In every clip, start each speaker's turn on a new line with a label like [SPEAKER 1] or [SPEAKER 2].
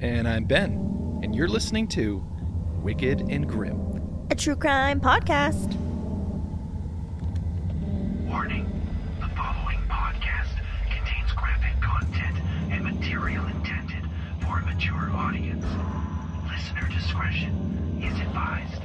[SPEAKER 1] And I'm Ben, and you're listening to Wicked and Grim.
[SPEAKER 2] a true crime podcast.
[SPEAKER 3] Warning. The following podcast contains graphic content and material intended for a mature audience. Listener discretion is advised.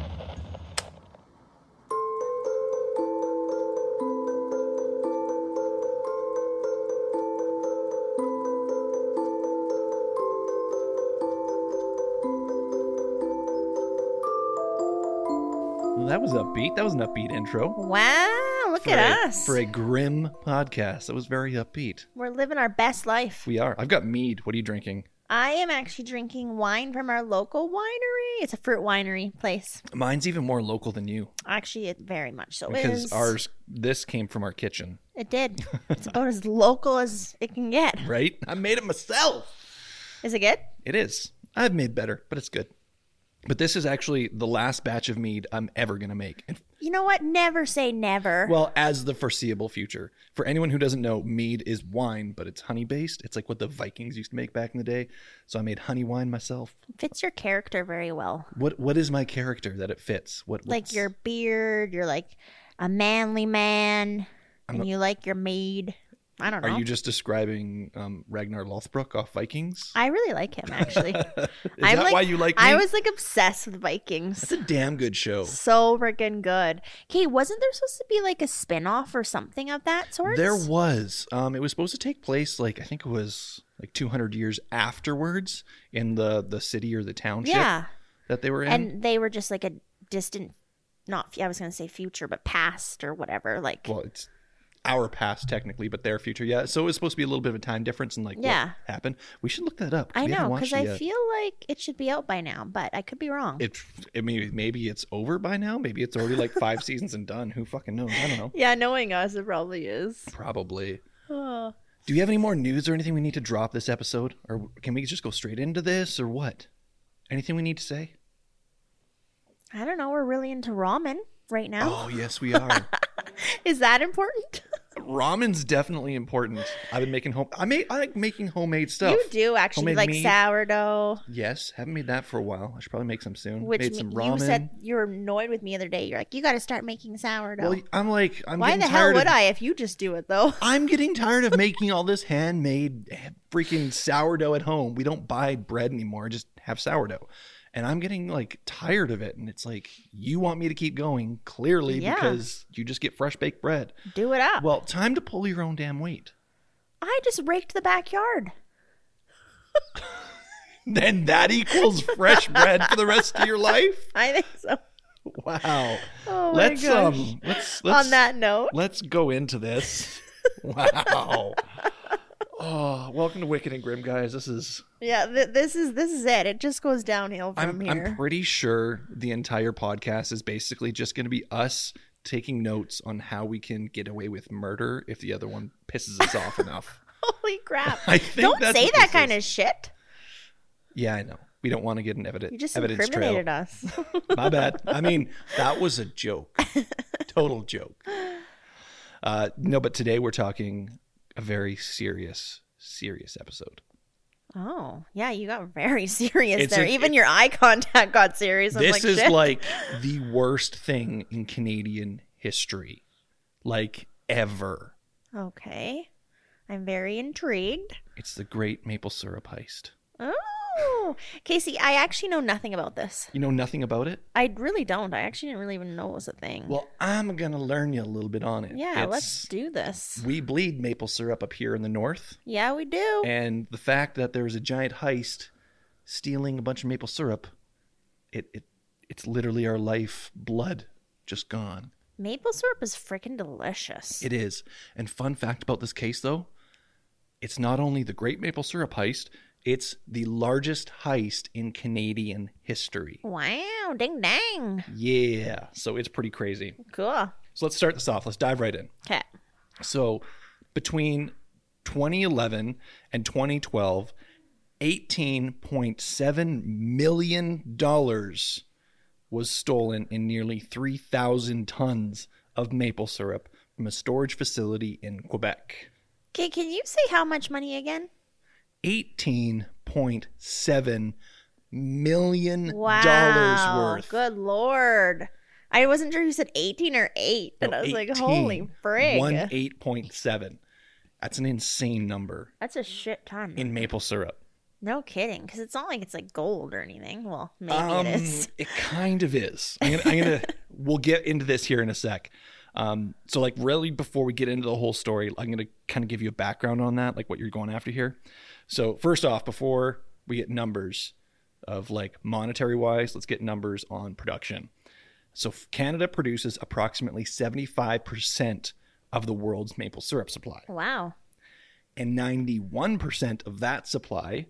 [SPEAKER 1] Well, that was upbeat. That was an upbeat intro.
[SPEAKER 2] Wow, look
[SPEAKER 1] for
[SPEAKER 2] at
[SPEAKER 1] a-
[SPEAKER 2] us.
[SPEAKER 1] For a grim podcast. That was very upbeat.
[SPEAKER 2] We're living our best life.
[SPEAKER 1] We are. I've got mead. What are you drinking?
[SPEAKER 2] I am actually drinking wine from our local winery. It's a fruit winery place.
[SPEAKER 1] Mine's even more local than you
[SPEAKER 2] Actually, it very much so
[SPEAKER 1] because
[SPEAKER 2] is.
[SPEAKER 1] ours, this came from our kitchen,
[SPEAKER 2] It did. It's about as local as it can get.
[SPEAKER 1] right? I made it myself.
[SPEAKER 2] Is it good?
[SPEAKER 1] It is. I've made better, but it's good. But this is actually the last batch of mead I'm ever going to make. And
[SPEAKER 2] You know what? Never say never.
[SPEAKER 1] Well, as the foreseeable future. For anyone who doesn't know, mead is wine, but it's honey based. It's like what the Vikings used to make back in the day. So I made honey wine myself.
[SPEAKER 2] fits your character very well.
[SPEAKER 1] What what is my character that it fits? What
[SPEAKER 2] Like
[SPEAKER 1] what's-
[SPEAKER 2] your beard, you're like a manly man, and you like your maid. I don't know.
[SPEAKER 1] Are you just describing um, Ragnar Lothbrok off Vikings?
[SPEAKER 2] I really like him actually.
[SPEAKER 1] Is that why you like?
[SPEAKER 2] I
[SPEAKER 1] mead?
[SPEAKER 2] was like obsessed with Vikings.
[SPEAKER 1] It's a damn good show.
[SPEAKER 2] So freaking good. Okay, wasn't there supposed to be like a spin-off or something of that sort?
[SPEAKER 1] There was. Um, it was supposed to take place like I think it was like 200 years afterwards in the the city or the township
[SPEAKER 2] Yeah.
[SPEAKER 1] that they were in.
[SPEAKER 2] And they were just like a distant not fu- I was going to say future but past or whatever like
[SPEAKER 1] well, it's our past technically, but their future. Yeah. So it was supposed to be a little bit of a time difference and like
[SPEAKER 2] Yeah.
[SPEAKER 1] what happened. We should look that up.
[SPEAKER 2] I
[SPEAKER 1] we haven't
[SPEAKER 2] know cuz
[SPEAKER 1] watched it
[SPEAKER 2] I
[SPEAKER 1] yet.
[SPEAKER 2] feel like it should be out by now, but I could be wrong.
[SPEAKER 1] it. It maybe maybe it's over by now. Maybe it's already like five seasons and done. Who fucking knows? I don't know.
[SPEAKER 2] yeah, knowing us it probably is.
[SPEAKER 1] Probably. Do you have any more news or anything we need to drop this episode, or can we just go straight into this, or what? Anything we need to say?
[SPEAKER 2] I don't know, we're really into ramen right now.
[SPEAKER 1] Oh yes, we are.
[SPEAKER 2] Is that important?
[SPEAKER 1] Ramen's definitely important. I've been making home. I made. I like making homemade stuff.
[SPEAKER 2] You do actually
[SPEAKER 1] Homemade
[SPEAKER 2] like
[SPEAKER 1] meat.
[SPEAKER 2] sourdough.
[SPEAKER 1] Yes, haven't made that for a while. I should probably make some soon.
[SPEAKER 2] Which
[SPEAKER 1] made
[SPEAKER 2] me-
[SPEAKER 1] some ramen.
[SPEAKER 2] you said you were annoyed with me the other day. You're like, you got to start making sourdough.
[SPEAKER 1] Well, I'm like, I'm
[SPEAKER 2] Why
[SPEAKER 1] getting
[SPEAKER 2] the hell
[SPEAKER 1] tired
[SPEAKER 2] would
[SPEAKER 1] of,
[SPEAKER 2] I if you just do it though?
[SPEAKER 1] I'm getting tired of making all this handmade eh, freaking sourdough at home. We don't buy bread anymore; just have sourdough. And I'm getting like tired of it. And it's like you want me to keep going, clearly,
[SPEAKER 2] Yeah. Uh,
[SPEAKER 1] because you just get fresh baked bread.
[SPEAKER 2] Do it up.
[SPEAKER 1] Well, time to pull your own damn weight.
[SPEAKER 2] I just raked the backyard.
[SPEAKER 1] Then that equals fresh bread for the rest of your life.
[SPEAKER 2] I think so.
[SPEAKER 1] Wow.
[SPEAKER 2] Oh
[SPEAKER 1] let's
[SPEAKER 2] my gosh.
[SPEAKER 1] um, let's let's
[SPEAKER 2] On that note,
[SPEAKER 1] Let's go into this. Wow. oh, welcome to Wicked and Grim, guys. This is
[SPEAKER 2] yeah, th- this is this is it. It just goes downhill from
[SPEAKER 1] I'm
[SPEAKER 2] here.
[SPEAKER 1] I'm pretty sure the entire podcast is basically just going to be us taking notes on how we can get away with murder if the other one pisses us off enough.
[SPEAKER 2] Holy crap!
[SPEAKER 1] I think
[SPEAKER 2] Don't
[SPEAKER 1] that's
[SPEAKER 2] say
[SPEAKER 1] what
[SPEAKER 2] that
[SPEAKER 1] this
[SPEAKER 2] kind
[SPEAKER 1] is.
[SPEAKER 2] of shit.
[SPEAKER 1] Yeah, I know. We don't want to get an evidence.
[SPEAKER 2] You just
[SPEAKER 1] evidence
[SPEAKER 2] incriminated
[SPEAKER 1] trail.
[SPEAKER 2] us.
[SPEAKER 1] My bad. I mean, that was a joke. Total joke. Uh, no, but today we're talking a very serious, serious episode.
[SPEAKER 2] oh yeah, you got very serious
[SPEAKER 1] It's
[SPEAKER 2] there.
[SPEAKER 1] a-
[SPEAKER 2] Even
[SPEAKER 1] it-
[SPEAKER 2] your eye contact got serious. I'm
[SPEAKER 1] this
[SPEAKER 2] like,
[SPEAKER 1] is
[SPEAKER 2] shit.
[SPEAKER 1] like the worst thing in Canadian history, like ever.
[SPEAKER 2] okay. I'm very intrigued.
[SPEAKER 1] It's the Great Maple Syrup Heist.
[SPEAKER 2] Oh, Casey, I actually know nothing about this.
[SPEAKER 1] You know nothing about it?
[SPEAKER 2] I really don't. I actually didn't really even know it was a thing.
[SPEAKER 1] Well, I'm gonna learn you a little bit on it.
[SPEAKER 2] yeah, let's
[SPEAKER 1] It's-
[SPEAKER 2] do this.
[SPEAKER 1] We bleed maple syrup up here in the north,
[SPEAKER 2] Yeah, we do.
[SPEAKER 1] and the fact that there was a giant heist stealing a bunch of maple syrup, it, it it's literally our life blood just gone.
[SPEAKER 2] Maple syrup is freaking delicious.
[SPEAKER 1] It is. And fun fact about this case, though, it's not only the Great Maple Syrup Heist, it's the largest heist in Canadian history.
[SPEAKER 2] wow, ding dang.
[SPEAKER 1] Yeah. So it's pretty crazy.
[SPEAKER 2] Cool.
[SPEAKER 1] So let's start this off. Let's dive right in.
[SPEAKER 2] Okay.
[SPEAKER 1] So between 2011 and 2012, $18.7 million was stolen in nearly 3,000 tons of maple syrup from a storage facility in Quebec.
[SPEAKER 2] Okay, can you say how much money again?
[SPEAKER 1] $18.7 million
[SPEAKER 2] Wow.
[SPEAKER 1] worth.
[SPEAKER 2] Good lord. I wasn't sure you said 18 or 8. And I was like, holy frig.
[SPEAKER 1] One eight point seven. That's an insane number
[SPEAKER 2] That's a shit ton.
[SPEAKER 1] in maple syrup.
[SPEAKER 2] no kidding. Because it's not like it's like gold or anything. Well, maybe
[SPEAKER 1] Um,
[SPEAKER 2] it is.
[SPEAKER 1] it kind of is. I'm gonna, I'm gonna we'll get into this here in a sec. Um, so like really before we get into the whole story, I'm gonna kind of give you a background on that, like what you're going after here. So first off, before we get numbers of like monetary wise, let's get numbers on production. So f- Canada produces approximately 75% of the world's maple syrup supply,
[SPEAKER 2] Wow.
[SPEAKER 1] and 91% of that supply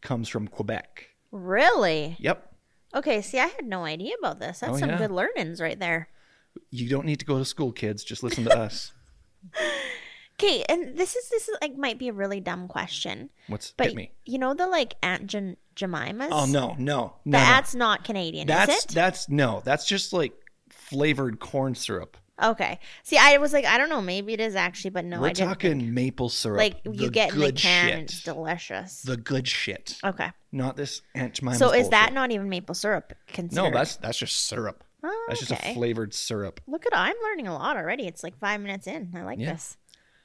[SPEAKER 1] comes from Quebec.
[SPEAKER 2] Really?
[SPEAKER 1] Yep.
[SPEAKER 2] Okay, see, I had no idea about this. That's
[SPEAKER 1] Oh,
[SPEAKER 2] some
[SPEAKER 1] yeah.
[SPEAKER 2] good learnings right there.
[SPEAKER 1] You don't need to go to school, kids. Just listen to us.
[SPEAKER 2] Okay, and this is this is like might be a really dumb question,
[SPEAKER 1] What's
[SPEAKER 2] but
[SPEAKER 1] hit me?
[SPEAKER 2] you know the like Aunt Jen- Jemima's.
[SPEAKER 1] Oh no, no, no. no.
[SPEAKER 2] that's not Canadian,
[SPEAKER 1] that's
[SPEAKER 2] is it?
[SPEAKER 1] that's no. That's just like flavored corn syrup.
[SPEAKER 2] okay, see, I was like, I don't know, maybe it is actually, but no,
[SPEAKER 1] We're
[SPEAKER 2] I didn't.
[SPEAKER 1] talking maple syrup.
[SPEAKER 2] like you
[SPEAKER 1] the
[SPEAKER 2] get in the
[SPEAKER 1] good
[SPEAKER 2] can,
[SPEAKER 1] shit.
[SPEAKER 2] and it's delicious.
[SPEAKER 1] the good shit.
[SPEAKER 2] okay,
[SPEAKER 1] Not this Aunt Jemima's
[SPEAKER 2] so is that
[SPEAKER 1] bullshit.
[SPEAKER 2] not even maple syrup considered?
[SPEAKER 1] No, that's that's just syrup.
[SPEAKER 2] Oh,
[SPEAKER 1] That's just
[SPEAKER 2] okay.
[SPEAKER 1] a flavored syrup.
[SPEAKER 2] Look at I'm learning a lot already. It's like five minutes in. I like
[SPEAKER 1] Yeah.
[SPEAKER 2] this.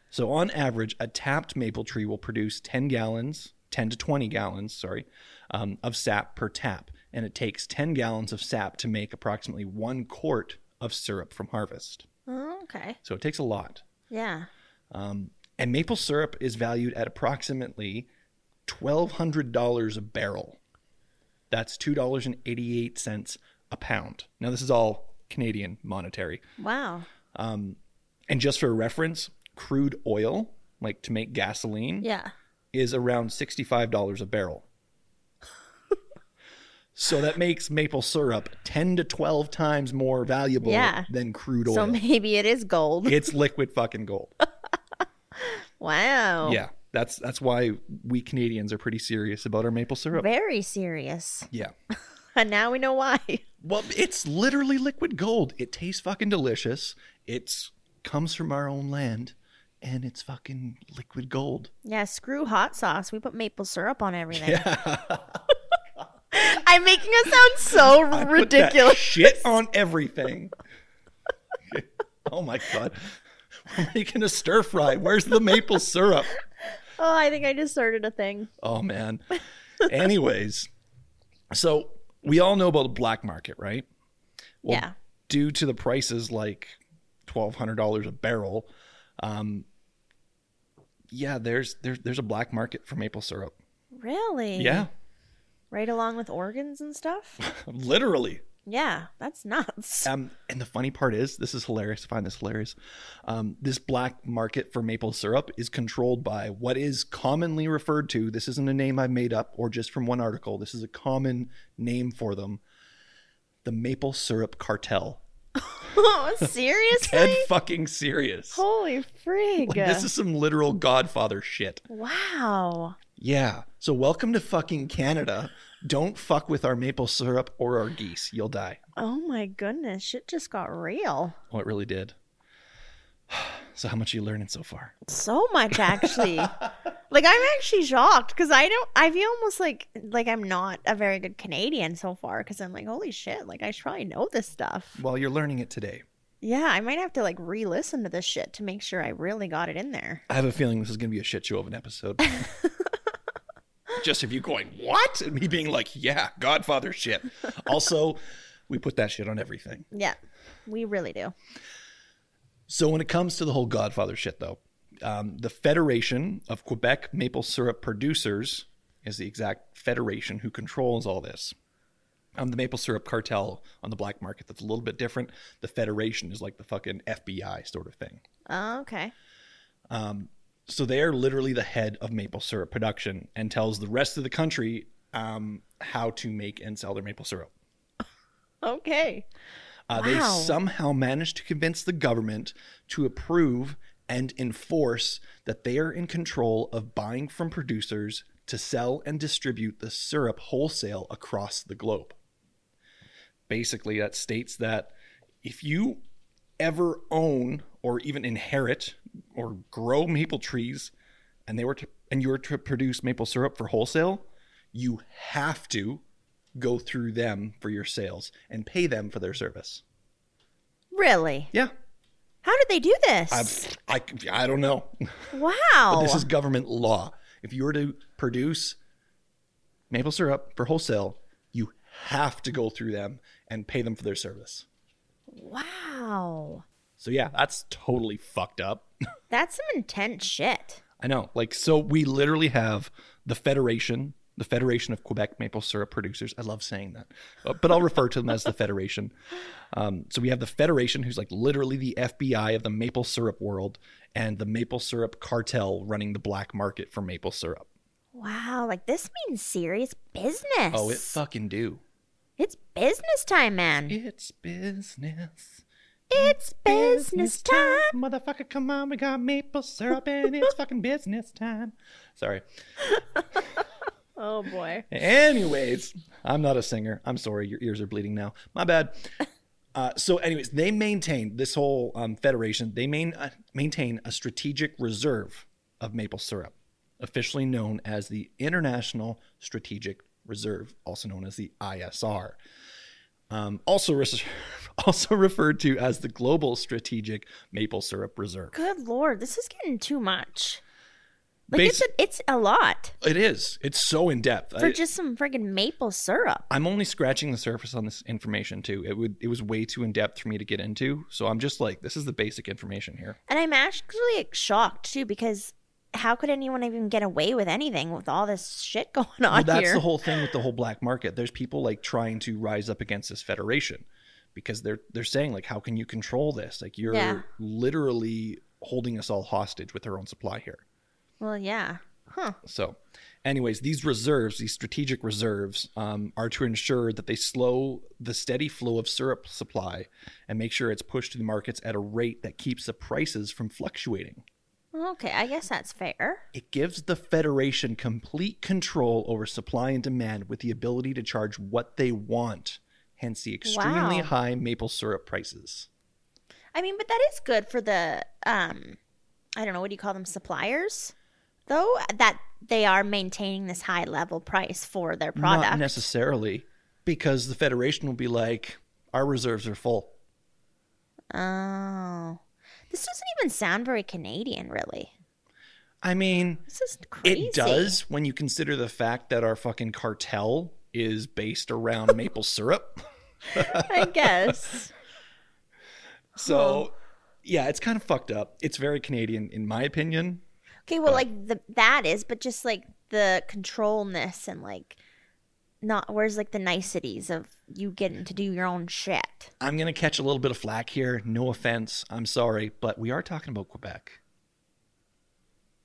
[SPEAKER 1] So on average, a tapped maple tree will produce 10 gallons, 10 to 20 gallons, sorry, um, of sap per tap. And it takes 10 gallons of sap to make approximately one quart of syrup from harvest.
[SPEAKER 2] Oh, okay,
[SPEAKER 1] So it takes a lot.
[SPEAKER 2] yeah.
[SPEAKER 1] Um, and maple syrup is valued at approximately $1,200 a barrel. That's $2.88 a pound. Now, this is all Canadian monetary.
[SPEAKER 2] Wow.
[SPEAKER 1] And just for reference, crude oil, like to make gasoline,
[SPEAKER 2] Yeah.
[SPEAKER 1] is around $65 a barrel. so that makes maple syrup 10 to 12 times more valuable
[SPEAKER 2] Yeah.
[SPEAKER 1] than crude oil.
[SPEAKER 2] So maybe it is gold.
[SPEAKER 1] it's liquid fucking gold.
[SPEAKER 2] Wow.
[SPEAKER 1] Yeah. That's that's why we Canadians are pretty serious about our maple syrup.
[SPEAKER 2] Very serious.
[SPEAKER 1] Yeah.
[SPEAKER 2] And now we know why.
[SPEAKER 1] Well, it's literally liquid gold. It tastes fucking delicious. It's comes from our own land and it's fucking liquid gold.
[SPEAKER 2] Yeah, screw hot sauce. We put maple syrup on everything. I'm making it sound so
[SPEAKER 1] Put that
[SPEAKER 2] ridiculous.
[SPEAKER 1] shit on everything. oh my god. We're making a stir fry. Where's the maple syrup?
[SPEAKER 2] Oh, I think I just started a thing.
[SPEAKER 1] Oh man. Anyways, so we all know about the black market, right? Well,
[SPEAKER 2] Yeah.
[SPEAKER 1] Due to the prices like twelve hundred dollars a barrel, um, yeah, there's there's there's a black market for maple syrup.
[SPEAKER 2] Really?
[SPEAKER 1] Yeah,
[SPEAKER 2] Right along with organs and stuff?
[SPEAKER 1] literally.
[SPEAKER 2] Yeah, that's nuts.
[SPEAKER 1] Um, and the funny part is, this is hilarious. I find this hilarious. Um, this black market for maple syrup is controlled by what is commonly referred to. This isn't a name I made up or just from one article. This is a common name for them. The maple syrup cartel.
[SPEAKER 2] oh, seriously?
[SPEAKER 1] Dead fucking serious.
[SPEAKER 2] Holy frig.
[SPEAKER 1] Like, this is some literal Godfather shit.
[SPEAKER 2] wow.
[SPEAKER 1] Yeah. So welcome to fucking Canada. Don't fuck with our maple syrup or our geese. You'll die.
[SPEAKER 2] Oh my goodness. Shit just got real.
[SPEAKER 1] Oh, it really did. So how much are you learning so far?
[SPEAKER 2] so much actually like i'm actually shocked because i don't i feel almost like like i'm not a very good canadian so far because i'm like holy shit like i should probably know this stuff
[SPEAKER 1] Well, you're learning it today.
[SPEAKER 2] yeah i might have to like re-listen to this shit to make sure i really got it in there
[SPEAKER 1] I have a feeling this is going to be a shit show of an episode. Just of you going, what? And me being like, yeah, Godfather shit. Also, we put that shit on everything.
[SPEAKER 2] yeah we really do
[SPEAKER 1] So when it comes to the whole Godfather shit, though, um, the Federation of Quebec Maple Syrup Producers is the exact federation who controls all this. Um, the maple syrup cartel on the black market that's a little bit different. The Federation is like the fucking FBI sort of thing.
[SPEAKER 2] Oh, okay.
[SPEAKER 1] So they are literally the head of maple syrup production and tells the rest of the country um, how to make and sell their maple syrup.
[SPEAKER 2] Okay.
[SPEAKER 1] Uh, They
[SPEAKER 2] Wow.
[SPEAKER 1] somehow managed to convince the government to approve and enforce that they are in control of buying from producers to sell and distribute the syrup wholesale across the globe. Basically, that states that if you ever own or even inherit or grow maple trees and they were to, and you were to produce maple syrup for wholesale, you have to go through them for your sales and pay them for their service.
[SPEAKER 2] Really?
[SPEAKER 1] Yeah.
[SPEAKER 2] How did they do this?
[SPEAKER 1] I, I, I don't know.
[SPEAKER 2] wow.
[SPEAKER 1] This is government law. If you were to produce maple syrup for wholesale, you have to go through them and pay them for their service.
[SPEAKER 2] wow.
[SPEAKER 1] So, yeah, that's totally fucked up.
[SPEAKER 2] That's some intense shit.
[SPEAKER 1] I know. Like, so we literally have the Federation, the Federation of Quebec Maple Syrup Producers. I love saying that, Uh, but I'll refer to them as the Federation. Um, so we have the Federation, who's like literally the FBI of the maple syrup world, and the maple syrup cartel running the black market for maple syrup.
[SPEAKER 2] Wow. Like this means serious business.
[SPEAKER 1] Oh, it fucking do.
[SPEAKER 2] It's business time, man.
[SPEAKER 1] It's business.
[SPEAKER 2] It's business time.
[SPEAKER 1] Motherfucker, come on, we got maple syrup and it's fucking business time. Sorry.
[SPEAKER 2] Oh boy.
[SPEAKER 1] Anyways, I'm not a singer. I'm sorry. Your ears are bleeding now. My bad. Uh, so, anyways, they maintain this whole um, federation. They main, uh, maintain a strategic reserve of maple syrup, officially known as the International Strategic Reserve, also known as the ISR. Um, also, res- also referred to as the Global Strategic Maple Syrup Reserve.
[SPEAKER 2] Good lord, this is getting too much. Like
[SPEAKER 1] Basi-
[SPEAKER 2] it's a, it's a lot
[SPEAKER 1] it is. It's so in depth.
[SPEAKER 2] for just some friggin' maple syrup.
[SPEAKER 1] I'm only scratching the surface on this information too. It would it was way too in depth for me to get into. So I'm just like, this is the basic information here.
[SPEAKER 2] And I'm actually shocked too because how could anyone even get away with anything with all this shit going on
[SPEAKER 1] Well, that's
[SPEAKER 2] here?
[SPEAKER 1] the whole thing with the whole black market. There's people like trying to rise up against this federation because they're they're saying like, how can you control this? Like you're
[SPEAKER 2] Yeah.
[SPEAKER 1] literally holding us all hostage with our own supply here.
[SPEAKER 2] well, yeah. Huh.
[SPEAKER 1] So, anyways, these reserves, these strategic reserves, um, are to ensure that they slow the steady flow of syrup supply and make sure it's pushed to the markets at a rate that keeps the prices from fluctuating.
[SPEAKER 2] Okay, I guess that's fair.
[SPEAKER 1] It gives the Federation complete control over supply and demand with the ability to charge what they want, hence the extremely
[SPEAKER 2] Wow.
[SPEAKER 1] high maple syrup prices.
[SPEAKER 2] I mean, but that is good for the um I don't know, what do you call them, suppliers? Though that they are maintaining this high level price for their product.
[SPEAKER 1] Not necessarily, because the Federation will be like, our reserves are full.
[SPEAKER 2] oh. This doesn't even sound very Canadian, really.
[SPEAKER 1] I mean,
[SPEAKER 2] This is crazy.
[SPEAKER 1] It does when you consider the fact that our fucking cartel is based around maple syrup.
[SPEAKER 2] I guess.
[SPEAKER 1] So, yeah, it's kind of fucked up. It's very Canadian, in my opinion.
[SPEAKER 2] Okay, well, like the that is, but just like the controlness and like not where's like the niceties of you getting to do your own shit.
[SPEAKER 1] I'm going to catch a little bit of flack here. No offense. I'm sorry. But we are talking about Quebec.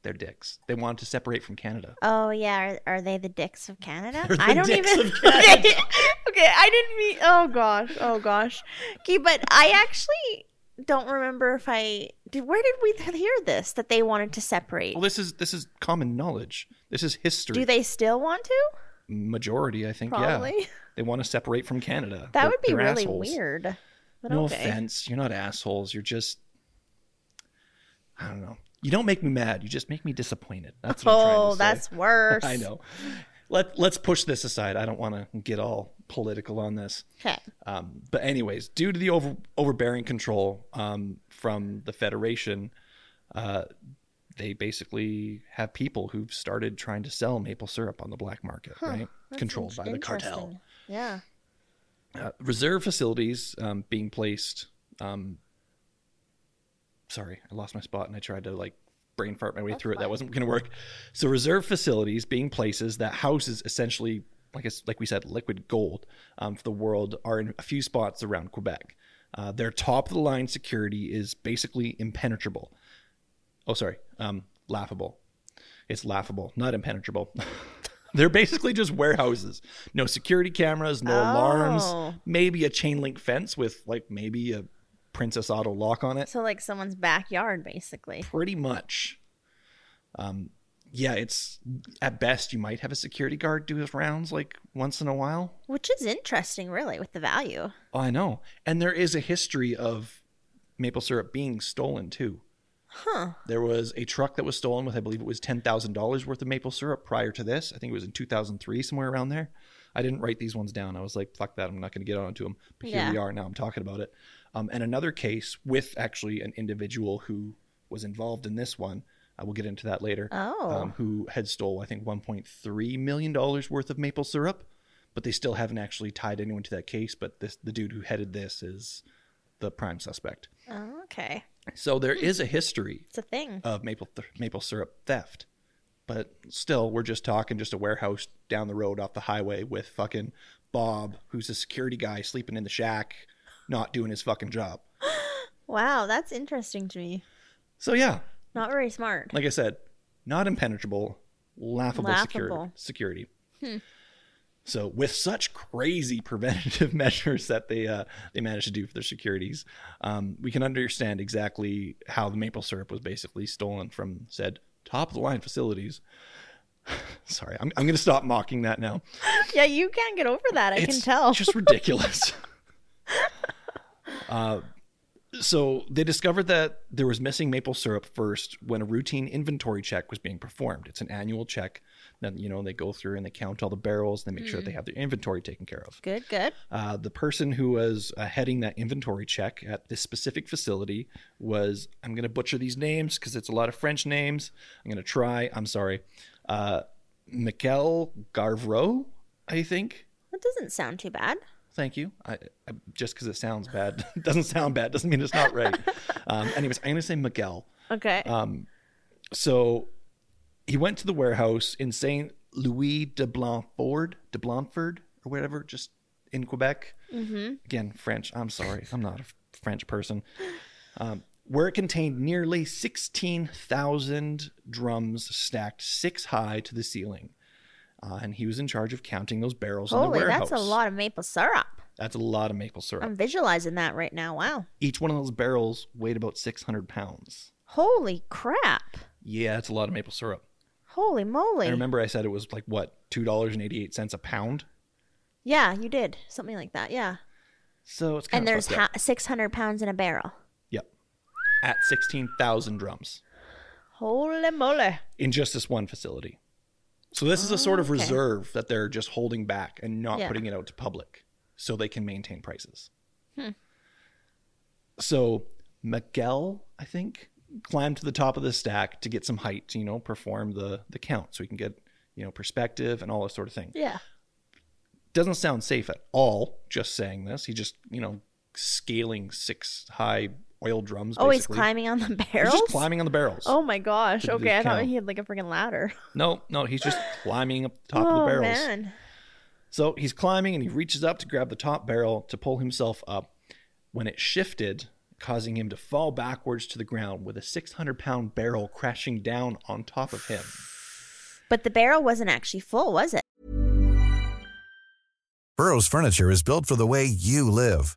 [SPEAKER 1] They're dicks. They want to separate from Canada.
[SPEAKER 2] Oh yeah, are, are they the dicks of Canada?
[SPEAKER 1] They're the
[SPEAKER 2] I don't
[SPEAKER 1] dicks
[SPEAKER 2] even.
[SPEAKER 1] of Canada.
[SPEAKER 2] okay, okay, I didn't mean. Oh gosh, oh gosh. Okay, but I actually don't remember if I did. Where did we hear this that they wanted to separate?
[SPEAKER 1] Well, this is this is common knowledge. This is history.
[SPEAKER 2] Do they still want to?
[SPEAKER 1] Majority, I think. Yeah,
[SPEAKER 2] Probably.
[SPEAKER 1] they want to separate from Canada.
[SPEAKER 2] That
[SPEAKER 1] They're-
[SPEAKER 2] would be
[SPEAKER 1] they're
[SPEAKER 2] really
[SPEAKER 1] assholes.
[SPEAKER 2] weird. But
[SPEAKER 1] no
[SPEAKER 2] okay.
[SPEAKER 1] offense. You're not assholes. You're just, I don't know. You don't make me mad. You just make me disappointed. That's what I'm trying
[SPEAKER 2] Oh,
[SPEAKER 1] to
[SPEAKER 2] that's
[SPEAKER 1] say.
[SPEAKER 2] worse.
[SPEAKER 1] I know. Let Let's push this aside. I don't want to get all political on this.
[SPEAKER 2] Okay.
[SPEAKER 1] Um, but anyways, due to the over, overbearing control um, from the Federation, uh, they basically have people who've started trying to sell maple syrup on the black market, right? Controlled by the cartel
[SPEAKER 2] Interesting. Yeah.
[SPEAKER 1] uh, reserve facilities um, being placed. Um, sorry, I lost my spot and I tried to like brain fart my way through it. That wasn't going to work. So reserve facilities being places that houses essentially like I s- like we said, liquid gold um, for the world are in a few spots around Quebec. Uh, their top of the line security is basically impenetrable. Oh, sorry, um, laughable. It's laughable, not impenetrable. They're basically just warehouses. No security cameras, no
[SPEAKER 2] Oh.
[SPEAKER 1] alarms, maybe a chain link fence with like maybe a Princess Auto lock on it
[SPEAKER 2] So like someone's backyard, basically.
[SPEAKER 1] pretty much. Um, yeah, it's at best you might have a security guard do his rounds like once in a while.
[SPEAKER 2] Which is interesting, really, with the value.
[SPEAKER 1] Oh, I know. And there is a history of maple syrup being stolen too. Huh. There was a truck that was stolen with, I believe it was $10,000 worth of maple syrup prior to this. I think it was in 2003, somewhere around there. I didn't write these ones down. I was like, fuck that. I'm not going to get onto them. But here
[SPEAKER 2] Yeah.
[SPEAKER 1] we are now. I'm talking about it. Um, and another case with actually an individual who was involved in this one. Uh, we'll get into that later.
[SPEAKER 2] Oh.
[SPEAKER 1] Um, who had stole, I think, $1.3 million worth of maple syrup but they still haven't actually tied anyone to that case. But this, the dude who headed this is the prime suspect.
[SPEAKER 2] Oh, okay,
[SPEAKER 1] So there is a history
[SPEAKER 2] it's a thing.
[SPEAKER 1] of maple th- maple syrup theft, but still, we're just talking just a warehouse down the road off the highway with fucking Bob, who's a security guy sleeping in the shack, not doing his fucking job.
[SPEAKER 2] Wow, that's interesting to me.
[SPEAKER 1] So yeah,
[SPEAKER 2] Not very smart.
[SPEAKER 1] like I said, not impenetrable, laughable,
[SPEAKER 2] Laughable.
[SPEAKER 1] security. security. So, with such crazy preventative measures that they uh, they managed to do for their securities, um, we can understand exactly how the maple syrup was basically stolen from said top of the line facilities. Sorry, I'm, I'm going to stop mocking that now.
[SPEAKER 2] yeah, you can't get over that. I
[SPEAKER 1] it's
[SPEAKER 2] can tell.
[SPEAKER 1] just ridiculous. uh, so they discovered that there was missing maple syrup first when a routine inventory check was being performed. It's an annual check. Then you know they go through and they count all the barrels. They make sure
[SPEAKER 2] Mm.
[SPEAKER 1] that they have their inventory taken care of.
[SPEAKER 2] Good, good.
[SPEAKER 1] Uh, the person who was uh, heading that inventory check at this specific facility was I'm going to butcher these names because it's a lot of French names. I'm going to try. I'm sorry, uh, Mikel Garvreau, I think.
[SPEAKER 2] That doesn't sound too bad.
[SPEAKER 1] Thank you. I, I, just because it sounds bad doesn't sound bad doesn't mean it's not right. Um, anyways, I'm gonna say Miguel.
[SPEAKER 2] Okay.
[SPEAKER 1] Uh, So he went to the warehouse in Saint Louis de Blanford, de Blanford or whatever, just in Quebec. Mm-hmm. Again, French. I'm sorry, I'm not a French person. Um, where it contained nearly 16,000 drums stacked six high to the ceiling. Uh, and he was in charge of counting those barrels in the
[SPEAKER 2] Holy,
[SPEAKER 1] warehouse.
[SPEAKER 2] that's a lot of maple syrup.
[SPEAKER 1] That's a lot of maple syrup.
[SPEAKER 2] I'm visualizing that right now. Wow.
[SPEAKER 1] each one of those barrels weighed about 600 pounds.
[SPEAKER 2] Holy crap.
[SPEAKER 1] Yeah, that's a lot of maple syrup.
[SPEAKER 2] Holy moly.
[SPEAKER 1] I remember I said it was like what two dollars and eighty eight cents a pound.
[SPEAKER 2] Yeah, you did something like that. Yeah.
[SPEAKER 1] So it's kind
[SPEAKER 2] And
[SPEAKER 1] of
[SPEAKER 2] there's
[SPEAKER 1] fucked up.
[SPEAKER 2] ha- 600 pounds in a barrel.
[SPEAKER 1] yep at sixteen thousand drums
[SPEAKER 2] Holy moly.
[SPEAKER 1] in just this one facility. So this is a sort of reserve that they're just holding back and not
[SPEAKER 2] Oh, Yeah.
[SPEAKER 1] putting it out to public, so they can maintain prices.
[SPEAKER 2] Hmm.
[SPEAKER 1] So Miguel, I think, climbed to the top of the stack to get some height. You know, perform the the count so he can get you know perspective and all that sort of thing.
[SPEAKER 2] Yeah.
[SPEAKER 1] doesn't sound safe at all just saying this he just you know scaling six high oil drums
[SPEAKER 2] Oh, he's
[SPEAKER 1] basically.
[SPEAKER 2] climbing on the
[SPEAKER 1] he's
[SPEAKER 2] barrels?
[SPEAKER 1] just climbing on the barrels
[SPEAKER 2] Oh my gosh.
[SPEAKER 1] the
[SPEAKER 2] Okay, I thought
[SPEAKER 1] count.
[SPEAKER 2] he had like a freaking ladder.
[SPEAKER 1] no no he's just climbing up the top
[SPEAKER 2] oh
[SPEAKER 1] of the barrels
[SPEAKER 2] man.
[SPEAKER 1] so he's climbing and he reaches up to grab the top barrel to pull himself up when it shifted causing him to fall backwards to the ground with a 600 pound barrel crashing down on top of him
[SPEAKER 2] But the barrel wasn't actually full, was it?
[SPEAKER 4] Burrow's furniture is built for the way you live.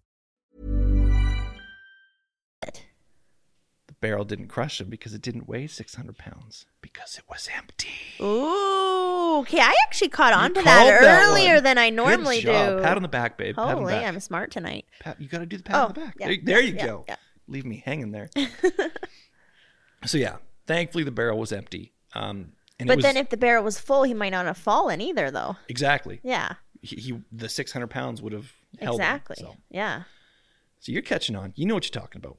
[SPEAKER 1] the barrel didn't crush him because it didn't weigh 600 pounds because it was empty
[SPEAKER 2] Ooh. Okay, I actually caught on
[SPEAKER 1] You
[SPEAKER 2] to that
[SPEAKER 1] called that
[SPEAKER 2] earlier
[SPEAKER 1] one.
[SPEAKER 2] than I
[SPEAKER 1] Good
[SPEAKER 2] normally
[SPEAKER 1] job.
[SPEAKER 2] do.
[SPEAKER 1] Pat on the back, babe. Pat on the
[SPEAKER 2] Holy,
[SPEAKER 1] back.
[SPEAKER 2] I'm smart tonight.
[SPEAKER 1] Pat, you got to do the pat on the
[SPEAKER 2] Oh,
[SPEAKER 1] back.
[SPEAKER 2] yeah,
[SPEAKER 1] there there
[SPEAKER 2] yeah,
[SPEAKER 1] you
[SPEAKER 2] yeah,
[SPEAKER 1] go.
[SPEAKER 2] yeah.
[SPEAKER 1] Leave me hanging there. so yeah, thankfully the barrel was empty. Um, and it
[SPEAKER 2] But
[SPEAKER 1] was,
[SPEAKER 2] then if the barrel was full, he might not have fallen either, though.
[SPEAKER 1] exactly
[SPEAKER 2] Yeah.
[SPEAKER 1] he, he the six hundred pounds would have held them.
[SPEAKER 2] exactly.
[SPEAKER 1] So-
[SPEAKER 2] Yeah.
[SPEAKER 1] so you're catching on. You know what you're talking about.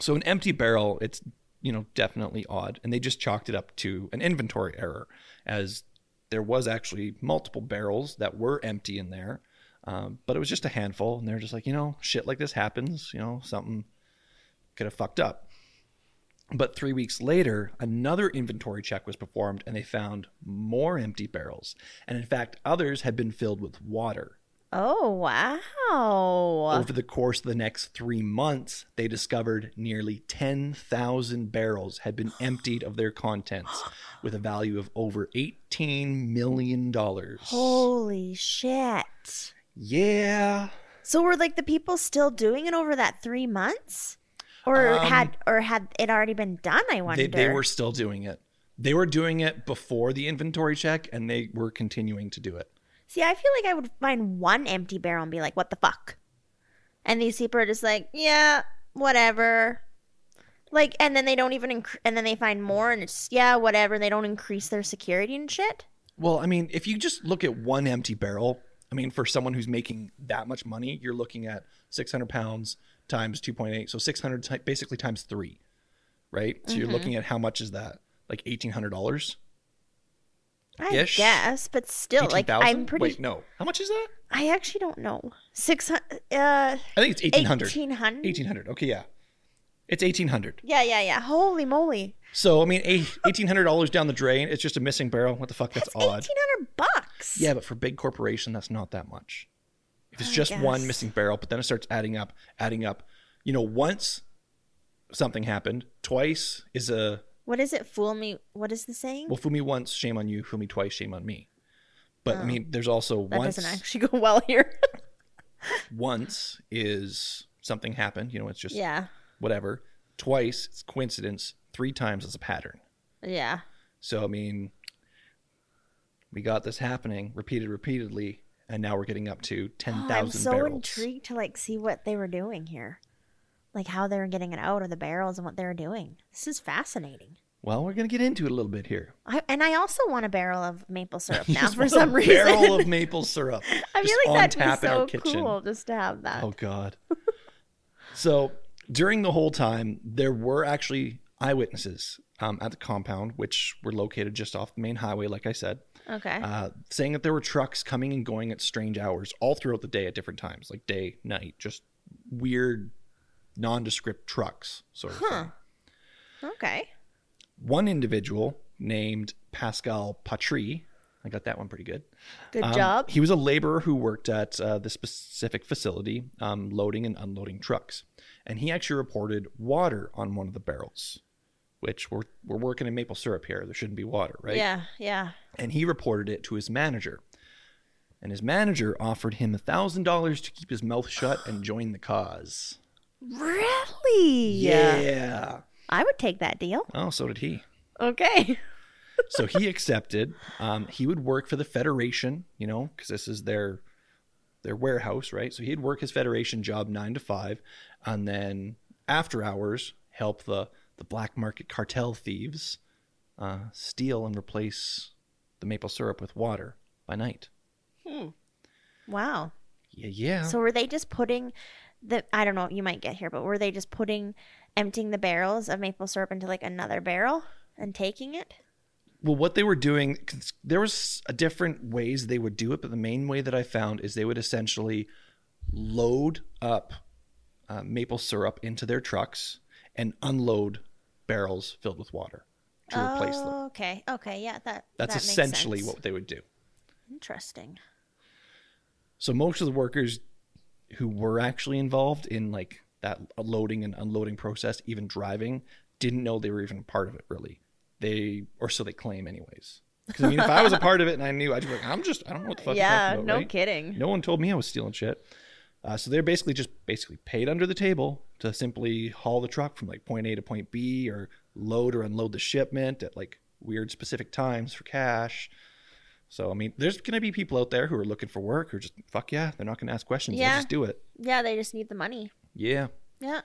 [SPEAKER 1] So an empty barrel, it's you know definitely odd, and they just chalked it up to an inventory error, as there was actually multiple barrels that were empty in there, um, but it was just a handful, and they're just like you know shit like this happens, you know something could have fucked up. But three weeks later, another inventory check was performed and they found more empty barrels. And in fact, others had been filled with water.
[SPEAKER 2] Oh wow.
[SPEAKER 1] Over the course of the next three months, they discovered nearly 10,000 barrels had been emptied of their contents with a value of over $18 million.
[SPEAKER 2] Holy shit.
[SPEAKER 1] Yeah.
[SPEAKER 2] So were like the people still doing it over that three months? Or
[SPEAKER 1] Um,
[SPEAKER 2] had or had it already been done, I wonder.
[SPEAKER 1] They, they were still doing it. They were doing it before the inventory check and they were continuing to do it.
[SPEAKER 2] See, I feel like I would find one empty barrel and be like, what the fuck? And these people are just like, yeah, whatever. Like, and then they don't even, inc- and then they find more and it's, yeah, whatever. They don't increase their security and shit.
[SPEAKER 1] Well, I mean, if you just look at one empty barrel, I mean, for someone who's making that much money, you're looking at 600 pounds times 2.8. So 600 ti- basically times three, right? So you're
[SPEAKER 2] Mm-hmm.
[SPEAKER 1] looking at how much is that? Like $1,800?
[SPEAKER 2] I
[SPEAKER 1] Ish.
[SPEAKER 2] guess, but still, like, I'm pretty,
[SPEAKER 1] Wait, no. How much is that?
[SPEAKER 2] I actually don't know. 600, uh,
[SPEAKER 1] I think it's 1800
[SPEAKER 2] 1800?
[SPEAKER 1] 1800 Okay, yeah. It's 1800
[SPEAKER 2] Yeah, yeah, yeah. Holy moly.
[SPEAKER 1] So, I mean, a- $1,800 down the drain. It's just a missing barrel. What the fuck? That's,
[SPEAKER 2] That's
[SPEAKER 1] odd.
[SPEAKER 2] 1800 bucks.
[SPEAKER 1] Yeah, but for big corporation, that's not that much. If it's just
[SPEAKER 2] guess.
[SPEAKER 1] one missing barrel, but then it starts adding up, adding up. You know, once something happened, twice is a
[SPEAKER 2] What is it? Fool me. What is the saying?
[SPEAKER 1] well, fool me once, shame on you. Fool me twice, shame on me. But I mean, there's also
[SPEAKER 2] Oh. that
[SPEAKER 1] once.
[SPEAKER 2] doesn't actually go well here.
[SPEAKER 1] Once is something happened. You know, it's just
[SPEAKER 2] yeah.
[SPEAKER 1] whatever. Twice it's coincidence. Three times is a pattern.
[SPEAKER 2] Yeah.
[SPEAKER 1] So I mean, we got this happening repeated, repeatedly, and now we're getting up to ten
[SPEAKER 2] Oh,
[SPEAKER 1] thousand.
[SPEAKER 2] I'm so
[SPEAKER 1] barrels.
[SPEAKER 2] intrigued to like see what they were doing here, like how they were getting it out of the barrels and what they were doing. This is fascinating.
[SPEAKER 1] Well, we're gonna get into it a little bit here.
[SPEAKER 2] I, and I also want a barrel of maple syrup now
[SPEAKER 1] Just
[SPEAKER 2] for
[SPEAKER 1] want
[SPEAKER 2] some
[SPEAKER 1] a
[SPEAKER 2] reason.
[SPEAKER 1] Barrel of maple syrup.
[SPEAKER 2] I feel
[SPEAKER 1] just on
[SPEAKER 2] like that'd
[SPEAKER 1] tap
[SPEAKER 2] be
[SPEAKER 1] in our
[SPEAKER 2] so
[SPEAKER 1] kitchen.
[SPEAKER 2] cool just to have that.
[SPEAKER 1] Oh God. so during the whole time, there were actually eyewitnesses um, at the compound, which were located just off the main highway, like I said,
[SPEAKER 2] okay.
[SPEAKER 1] uh, saying that there were trucks coming and going at strange hours all throughout the day at different times, like day, night, just weird, nondescript trucks, sort of. Thing.
[SPEAKER 2] okay.
[SPEAKER 1] One individual named Pascal Patry. I got that one pretty good.
[SPEAKER 2] Good
[SPEAKER 1] Um,
[SPEAKER 2] job.
[SPEAKER 1] He was a laborer who worked at uh, this specific facility, um, loading and unloading trucks. And he actually reported water on one of the barrels, which we're, we're working in maple syrup here. There shouldn't be water, right?
[SPEAKER 2] Yeah. Yeah.
[SPEAKER 1] And he reported it to his manager. And his manager offered him $1,000 to keep his mouth shut and join the cause.
[SPEAKER 2] Really?
[SPEAKER 1] yeah.
[SPEAKER 2] I would take that deal.
[SPEAKER 1] Oh, so did he.
[SPEAKER 2] Okay.
[SPEAKER 1] so he accepted. Um, he would work for the federation, you know, because this is their their warehouse, right? So he'd work his federation job nine to five, and then after hours help the the black market cartel thieves uh, steal and replace the maple syrup with water by night.
[SPEAKER 2] Wow.
[SPEAKER 1] Yeah, yeah.
[SPEAKER 2] So were they just putting the I don't know, you might get here, but were they just putting emptying the barrels of maple syrup into like another barrel and taking it?
[SPEAKER 1] well, what they were doing, 'cause there was a different ways they would do it, but the main way that I found is they would essentially load up uh, maple syrup into their trucks and unload barrels filled with water to replace them.
[SPEAKER 2] Oh, Okay. Okay. Yeah. That
[SPEAKER 1] That's
[SPEAKER 2] that makes
[SPEAKER 1] essentially
[SPEAKER 2] sense.
[SPEAKER 1] what they would do.
[SPEAKER 2] Interesting.
[SPEAKER 1] So most of the workers who were actually involved in like that loading and unloading process, even driving, didn't know they were even a part of it really. They or so they claim anyways. 'Cause, I mean, if I was a part of it and I knew, I'd just be like, I'm just, I don't know what the fuck. you're
[SPEAKER 2] Yeah,
[SPEAKER 1] talking about,
[SPEAKER 2] no
[SPEAKER 1] right?
[SPEAKER 2] kidding.
[SPEAKER 1] No one told me I was stealing shit. Uh, so they're basically just basically paid under the table to simply haul the truck from like point A to point B or load or unload the shipment at like weird specific times for cash. So I mean, there's gonna be people out there who are looking for work who are just fuck yeah, they're not gonna ask questions.
[SPEAKER 2] Yeah.
[SPEAKER 1] They'll just do it.
[SPEAKER 2] Yeah, they just need the money.
[SPEAKER 1] Yeah.
[SPEAKER 2] Yeah.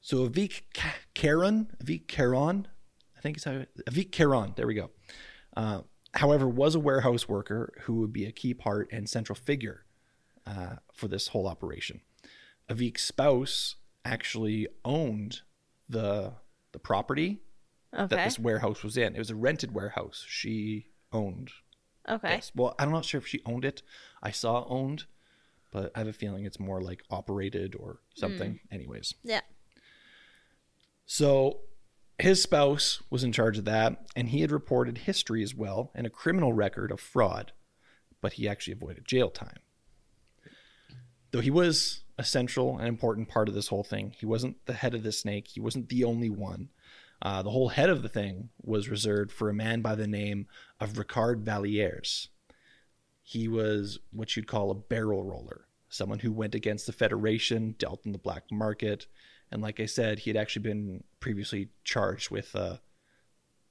[SPEAKER 1] So Avik Ka- Karan, Avik Karan, I think it's how Avik Karan. There we go. Uh, however, was a warehouse worker who would be a key part and central figure uh, for this whole operation. Avik's spouse actually owned the the property that
[SPEAKER 2] Okay.
[SPEAKER 1] this warehouse was in. It was a rented warehouse. She owned
[SPEAKER 2] Okay.
[SPEAKER 1] this. Well, I'm not sure if she owned it. I saw owned, but I have a feeling it's more like operated or something.
[SPEAKER 2] Hmm.
[SPEAKER 1] Anyways.
[SPEAKER 2] Yeah.
[SPEAKER 1] So his spouse was in charge of that, and he had reported history as well and a criminal record of fraud, but he actually avoided jail time. Though he was a central and important part of this whole thing, he wasn't the head of the snake, he wasn't the only one. Uh, the whole head of the thing was reserved for a man by the name of Ricard Vallières. He was what you'd call a barrel roller, someone who went against the Federation, dealt in the black market, and like I said, he had actually been previously charged with. Uh,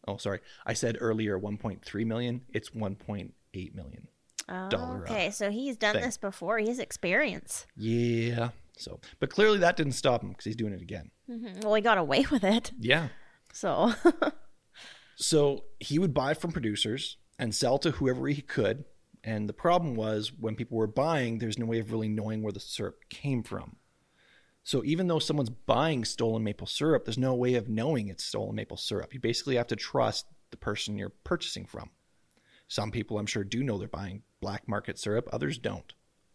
[SPEAKER 1] oh, sorry, I said earlier 1.3 million. It's 1.8 million. Dollar, uh,
[SPEAKER 2] okay, so he's done
[SPEAKER 1] thing.
[SPEAKER 2] this before. He has experience.
[SPEAKER 1] Yeah. So, but clearly that didn't stop him because he's doing it again.
[SPEAKER 2] Mhm. Well, he got away with it.
[SPEAKER 1] Yeah.
[SPEAKER 2] So,
[SPEAKER 1] So he would buy from producers and sell to whoever he could. And the problem was when people were buying, there's no way of really knowing where the syrup came from. So even though someone's buying stolen maple syrup, there's no way of knowing it's stolen maple syrup. You basically have to trust the person you're purchasing from. Some people, I'm sure, do know they're buying black market syrup, others don't.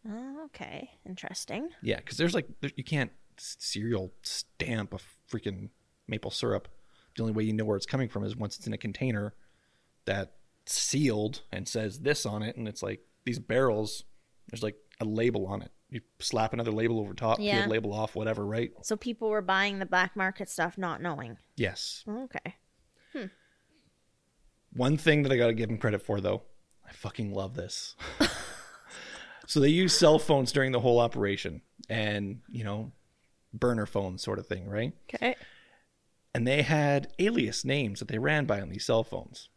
[SPEAKER 2] Uh, okay, interesting.
[SPEAKER 1] Yeah, because there's like there, you can't s- serial stamp a freaking maple syrup. The only way you know where it's coming from is once it's in a container that's sealed and says this on it, and it's like these barrels. There's like a label on it. You slap another label over top, peel
[SPEAKER 2] Yeah.
[SPEAKER 1] the label off, whatever, right?
[SPEAKER 2] So people were buying the black market stuff not knowing.
[SPEAKER 1] Yes.
[SPEAKER 2] Okay.
[SPEAKER 1] One thing that I got to give him credit for, though, I fucking love this. so they used cell phones during the whole operation, and you know, burner phones, sort of thing, right?
[SPEAKER 2] Okay.
[SPEAKER 1] and they had alias names that they ran by on these cell phones.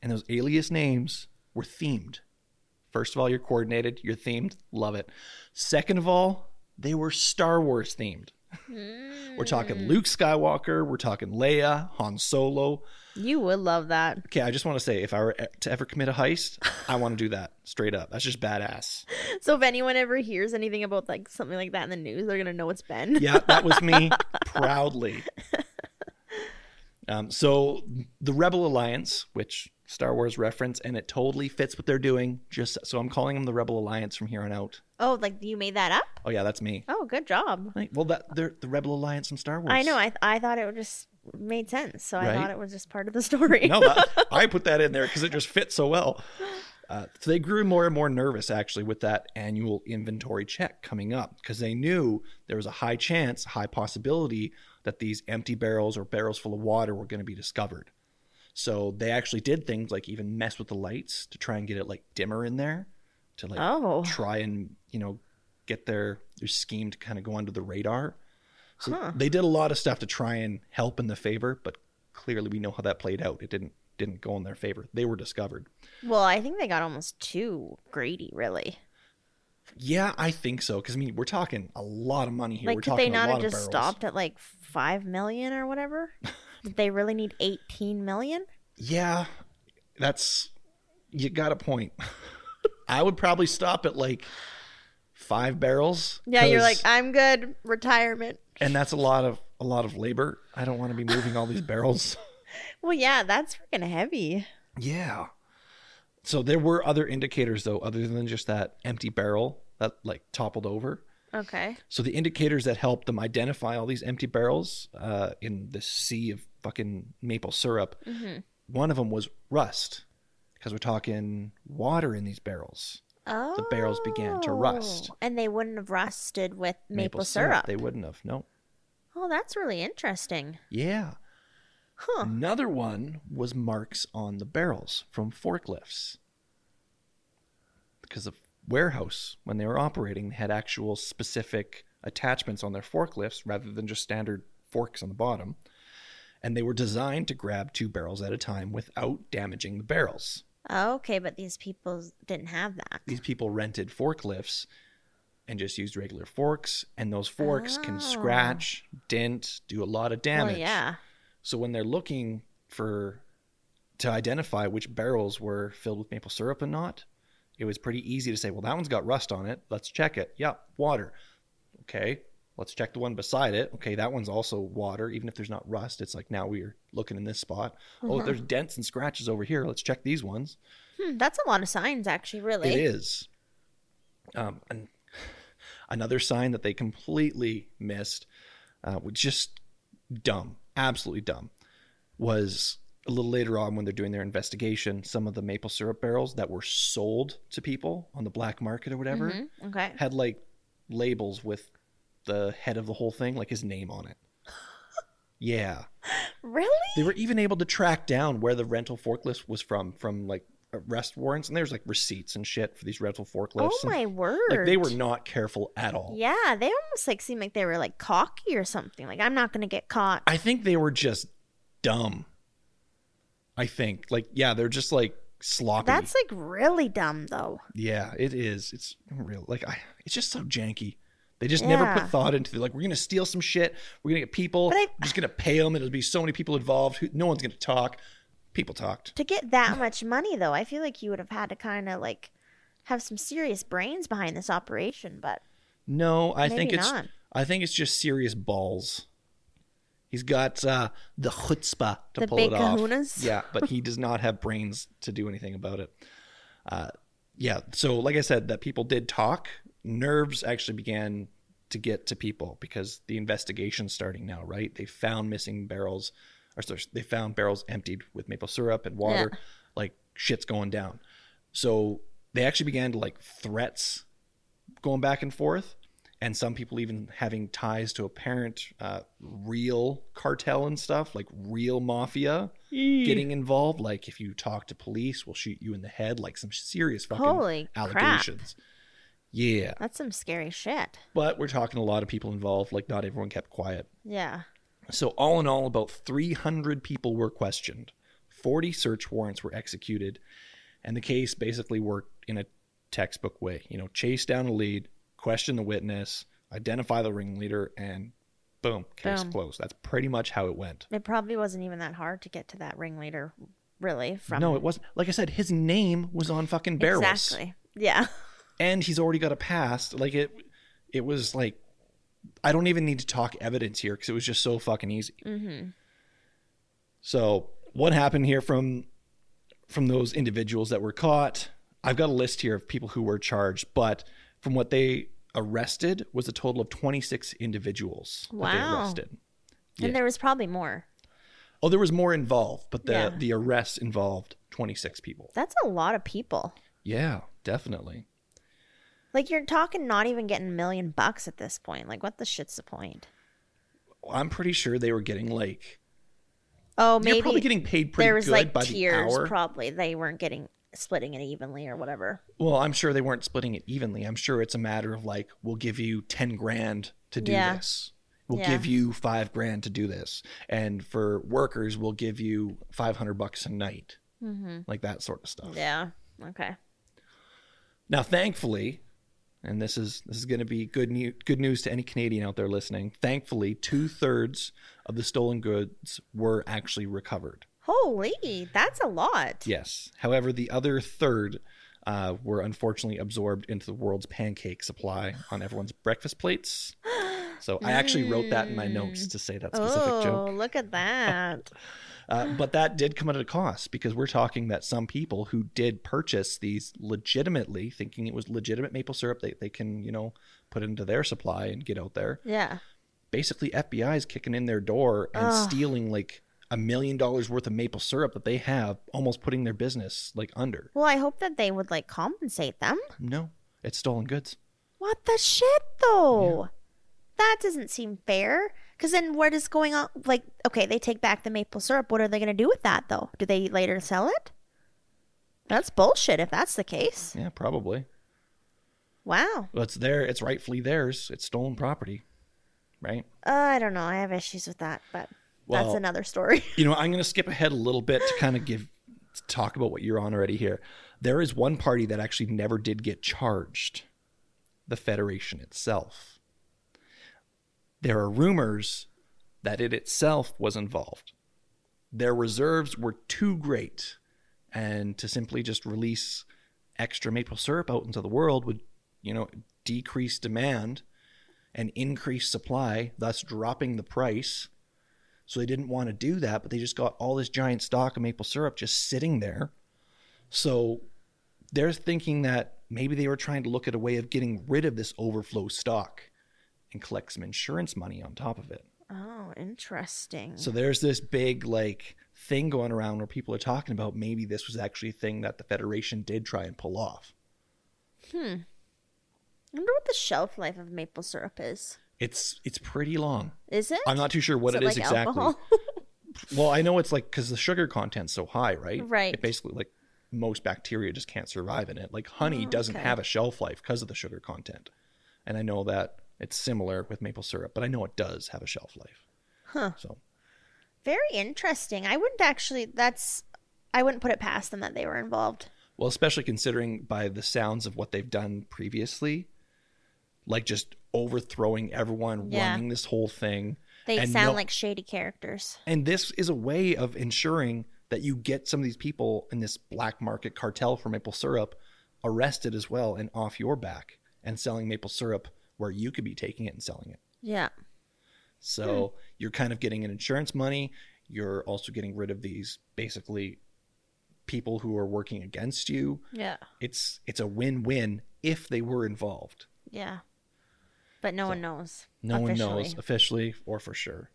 [SPEAKER 1] And those alias names were themed. First of all, you're coordinated, you're themed, love it. Second of all, they were Star Wars themed. We're talking Luke Skywalker, we're talking Leia, Han Solo.
[SPEAKER 2] You would love that.
[SPEAKER 1] Okay, I just want to say if I were e- to ever commit a heist, I want to do that straight up. That's just badass.
[SPEAKER 2] So if anyone ever hears anything about like something like that in the news, they're gonna know it's Ben.
[SPEAKER 1] Yeah, that was me proudly. Um, so the Rebel Alliance, which Star Wars reference, and it totally fits what they're doing. Just so I'm calling them the Rebel Alliance from here on out.
[SPEAKER 2] Oh, like you made that up?
[SPEAKER 1] Oh yeah, that's me.
[SPEAKER 2] Oh, good job.
[SPEAKER 1] Right, Well, that they're the Rebel Alliance from Star Wars.
[SPEAKER 2] I know. I th- I thought it would just made sense. So I
[SPEAKER 1] Right?
[SPEAKER 2] thought it was just part of the story.
[SPEAKER 1] no, that, I put that in there because it just fits so well. Uh, so they grew more and more nervous actually with that annual inventory check coming up because they knew there was a high chance, high possibility that these empty barrels or barrels full of water were going to be discovered. So they actually did things like even mess with the lights to try and get it like dimmer in there to like
[SPEAKER 2] Oh.
[SPEAKER 1] try and you know get their their scheme to kind of go under the radar. So they did a lot of stuff to try and help in the favor, but clearly we know how that played out. It didn't didn't go in their favor. They were discovered.
[SPEAKER 2] Well, I think they got almost too greedy, really.
[SPEAKER 1] Yeah, I think so. Because I mean, we're talking a lot of money here.
[SPEAKER 2] like,
[SPEAKER 1] we're
[SPEAKER 2] could
[SPEAKER 1] talking
[SPEAKER 2] they not have
[SPEAKER 1] a lot
[SPEAKER 2] just
[SPEAKER 1] of barrels.
[SPEAKER 2] stopped at like five million or whatever? Did they really need eighteen million?
[SPEAKER 1] Yeah, that's you got a point. I would probably stop at like five barrels.
[SPEAKER 2] Yeah, you're like,
[SPEAKER 1] 'cause-
[SPEAKER 2] "Ah." I'm good. Retirement.
[SPEAKER 1] and that's a lot of a lot of labor. I don't want to be moving all these barrels.
[SPEAKER 2] Well, yeah, that's freaking heavy.
[SPEAKER 1] Yeah. So there were other indicators though, other than just that empty barrel that like toppled over.
[SPEAKER 2] Okay.
[SPEAKER 1] So the indicators that helped them identify all these empty barrels uh, in the sea of fucking maple syrup,
[SPEAKER 2] Mm-hmm.
[SPEAKER 1] one of them was rust, because we're talking water in these barrels.
[SPEAKER 2] Oh.
[SPEAKER 1] barrels began to rust.
[SPEAKER 2] And they wouldn't have rusted with maple, syrup.
[SPEAKER 1] They wouldn't have. No.
[SPEAKER 2] Oh, that's really interesting.
[SPEAKER 1] Yeah.
[SPEAKER 2] Huh.
[SPEAKER 1] Another one was marks on the barrels from forklifts. Because the warehouse, when they were operating, had actual specific attachments on their forklifts rather than just standard forks on the bottom. And they were designed to grab two barrels at a time without damaging the barrels.
[SPEAKER 2] Okay, but these people didn't have that.
[SPEAKER 1] These people rented forklifts and just used regular forks, and those forks can scratch, dent, do a lot of damage.
[SPEAKER 2] Ah. Well, yeah.
[SPEAKER 1] So when they're looking for to identify which barrels were filled with maple syrup and not, it It was pretty easy to say, well, that one's got rust on it. Let's check it. Yep, water. Okay, let's check the one beside it. Okay, that one's also water. Even if there's not rust, it's like now we're looking in this spot. Oh, there's dents and scratches over here. Let's check these ones.
[SPEAKER 2] Hmm, that's a lot of signs, actually, really.
[SPEAKER 1] It is. Um, an- another sign that they completely missed, uh, was just dumb, absolutely dumb, was a little later on when they're doing their investigation. Some of the maple syrup barrels that were sold to people on the black market or whatever
[SPEAKER 2] Mm-hmm. Okay.
[SPEAKER 1] had like labels with the head of the whole thing, like his name on it. yeah.
[SPEAKER 2] Really?
[SPEAKER 1] They were even able to track down where the rental forklift was from, from like arrest warrants, and there's like receipts and shit for these rental forklifts.
[SPEAKER 2] Oh
[SPEAKER 1] and-
[SPEAKER 2] my word.
[SPEAKER 1] Like they were not careful at all.
[SPEAKER 2] Yeah, they almost like seemed like they were like cocky or something. Like I'm not gonna get caught.
[SPEAKER 1] I think they were just dumb. I think, like, yeah, they're just like sloppy.
[SPEAKER 2] That's like really dumb though.
[SPEAKER 1] yeah, it is. It's real. Like, I, it's just so janky. They just never
[SPEAKER 2] Yeah.
[SPEAKER 1] put thought into like we're gonna steal some shit. We're gonna get people.
[SPEAKER 2] But I-
[SPEAKER 1] we're just gonna pay them. It'll be so many people involved. Who, no one's gonna talk. People talked.
[SPEAKER 2] To get that much money though, I feel like you would have had to kind of like have some serious brains behind this operation. But
[SPEAKER 1] No, I
[SPEAKER 2] Maybe
[SPEAKER 1] think it's
[SPEAKER 2] not.
[SPEAKER 1] I think it's just serious balls. He's got uh, the chutzpah to
[SPEAKER 2] The
[SPEAKER 1] pull
[SPEAKER 2] big
[SPEAKER 1] it off.
[SPEAKER 2] kahunas?
[SPEAKER 1] Yeah, but he does not have brains to do anything about it. Uh, yeah, so like I said, that people did talk. Nerves actually began to get to people because the investigation's starting now, right? They found missing barrels, or sorry, they found barrels emptied with maple syrup and water. Like shit's going down. So they actually began to like threats going back and forth, and some people even having ties to apparent uh, real cartel and stuff, like real mafia getting involved. Like if you talk to police, we'll shoot you in the head. Like some serious fucking
[SPEAKER 2] Holy crap.
[SPEAKER 1] allegations. Yeah,
[SPEAKER 2] that's some scary shit.
[SPEAKER 1] but we're talking a lot of people involved. Like not everyone kept quiet.
[SPEAKER 2] Yeah.
[SPEAKER 1] So, all in all, about 300 people were questioned. 40 search warrants were executed. And the case basically worked in a textbook way you know, chase down a lead, question the witness, identify the ringleader, and boom, case
[SPEAKER 2] Boom.
[SPEAKER 1] closed. That's pretty much how it went.
[SPEAKER 2] It probably wasn't even that hard to get to that ringleader, really. From
[SPEAKER 1] No, it wasn't. Like I said, his name was on fucking barrels.
[SPEAKER 2] exactly. Yeah.
[SPEAKER 1] and he's already got a past. Like it, it was like, I don't even need to talk evidence here because it was just so fucking easy. Mm-hmm. So what happened here from from those individuals that were caught? I've got a list here of people who were charged, but from what they arrested was a total of 26 individuals that they
[SPEAKER 2] Wow.
[SPEAKER 1] arrested. Yeah.
[SPEAKER 2] And there was probably more.
[SPEAKER 1] Oh, there was more involved, but the
[SPEAKER 2] Yeah.
[SPEAKER 1] the arrests involved 26 people.
[SPEAKER 2] That's a lot of people.
[SPEAKER 1] Yeah, definitely.
[SPEAKER 2] Like you're talking not even getting a million bucks at this point. Like what the shit's the point?
[SPEAKER 1] I'm pretty sure they were getting like
[SPEAKER 2] Oh, maybe
[SPEAKER 1] you're probably getting paid pretty
[SPEAKER 2] there was
[SPEAKER 1] good
[SPEAKER 2] like
[SPEAKER 1] by
[SPEAKER 2] tiers.
[SPEAKER 1] the hour.
[SPEAKER 2] Probably they weren't getting splitting it evenly or whatever.
[SPEAKER 1] well, I'm sure they weren't splitting it evenly. I'm sure it's a matter of like, we'll give you ten grand to do
[SPEAKER 2] Yeah.
[SPEAKER 1] this. We'll
[SPEAKER 2] Yeah.
[SPEAKER 1] give you five grand to do this, and for workers, we'll give you five hundred bucks a night, like that sort of stuff.
[SPEAKER 2] Mm-hmm. Yeah. Okay.
[SPEAKER 1] Now, thankfully, and this is this is going to be good news good news to any Canadian out there listening. Thankfully, two thirds of the stolen goods were actually recovered.
[SPEAKER 2] Holy, that's a lot.
[SPEAKER 1] Yes. However, the other third uh, were unfortunately absorbed into the world's pancake supply on everyone's breakfast plates. So I actually wrote that in my notes to say that specific
[SPEAKER 2] Oh,
[SPEAKER 1] joke.
[SPEAKER 2] look at that.
[SPEAKER 1] Uh, but that did come at a cost because we're talking that some people who did purchase these legitimately, thinking it was legitimate maple syrup that they can, you know, put into their supply and get out there,
[SPEAKER 2] yeah.
[SPEAKER 1] basically FBI is kicking in their door and stealing like a million dollars worth of maple syrup that they have, almost putting their business like under.
[SPEAKER 2] Well, I hope that they would like compensate them.
[SPEAKER 1] No, it's stolen goods.
[SPEAKER 2] What the shit though? That doesn't seem fair. Cause then what is going on? Like, okay, they take back the maple syrup. What are they gonna do with that though? Do they later sell it? That's bullshit. If that's the case,
[SPEAKER 1] Yeah, probably.
[SPEAKER 2] wow.
[SPEAKER 1] Well, it's there. It's rightfully theirs. It's stolen property, right?
[SPEAKER 2] Uh, I don't know. I have issues with that, but
[SPEAKER 1] Well-
[SPEAKER 2] that's another story.
[SPEAKER 1] You know, I'm going to skip ahead a little bit to kind of give to talk about what you're on already here. There is one party that actually never did get charged, the Federation itself. There are rumors that it itself was involved. Their reserves were too great, and to simply just release extra maple syrup out into the world would, you know, decrease demand and increase supply, thus dropping the price. So they didn't want to do that, but they just got all this giant stock of maple syrup just sitting there. So they're thinking that maybe they were trying to look at a way of getting rid of this overflow stock and collect some insurance money on top of it.
[SPEAKER 2] Oh, interesting.
[SPEAKER 1] So there's this big like thing going around where people are talking about maybe this was actually a thing that the Federation did try and pull off.
[SPEAKER 2] I wonder what the shelf life of maple syrup is.
[SPEAKER 1] It's it's pretty long.
[SPEAKER 2] Is it?
[SPEAKER 1] I'm not too sure what
[SPEAKER 2] Is
[SPEAKER 1] it
[SPEAKER 2] it
[SPEAKER 1] is
[SPEAKER 2] like
[SPEAKER 1] exactly.
[SPEAKER 2] alcohol?
[SPEAKER 1] well, I know it's like because the sugar content's so high, right?
[SPEAKER 2] Right.
[SPEAKER 1] It basically like most bacteria just can't survive in it. Like
[SPEAKER 2] Oh,
[SPEAKER 1] honey doesn't have a shelf life because of the sugar content, and I know that it's similar with maple syrup, but I know it does have a shelf life. Huh. So
[SPEAKER 2] Very interesting. I wouldn't actually. That's. I wouldn't put it past them that they were involved.
[SPEAKER 1] Well, especially considering by the sounds of what they've done previously, like just overthrowing everyone,
[SPEAKER 2] Yeah.
[SPEAKER 1] running this whole thing.
[SPEAKER 2] They
[SPEAKER 1] and
[SPEAKER 2] sound
[SPEAKER 1] no-
[SPEAKER 2] like shady characters.
[SPEAKER 1] And this is a way of ensuring that you get some of these people in this black market cartel for maple syrup arrested as well and off your back and selling maple syrup where you could be taking it and selling it.
[SPEAKER 2] Yeah.
[SPEAKER 1] So you're kind of getting an insurance money. You're also getting rid of these basically people who are working against you.
[SPEAKER 2] Yeah.
[SPEAKER 1] It's it's a win-win if they were involved.
[SPEAKER 2] Yeah. But no one knows.
[SPEAKER 1] No one knows
[SPEAKER 2] officially.
[SPEAKER 1] officially or for sure.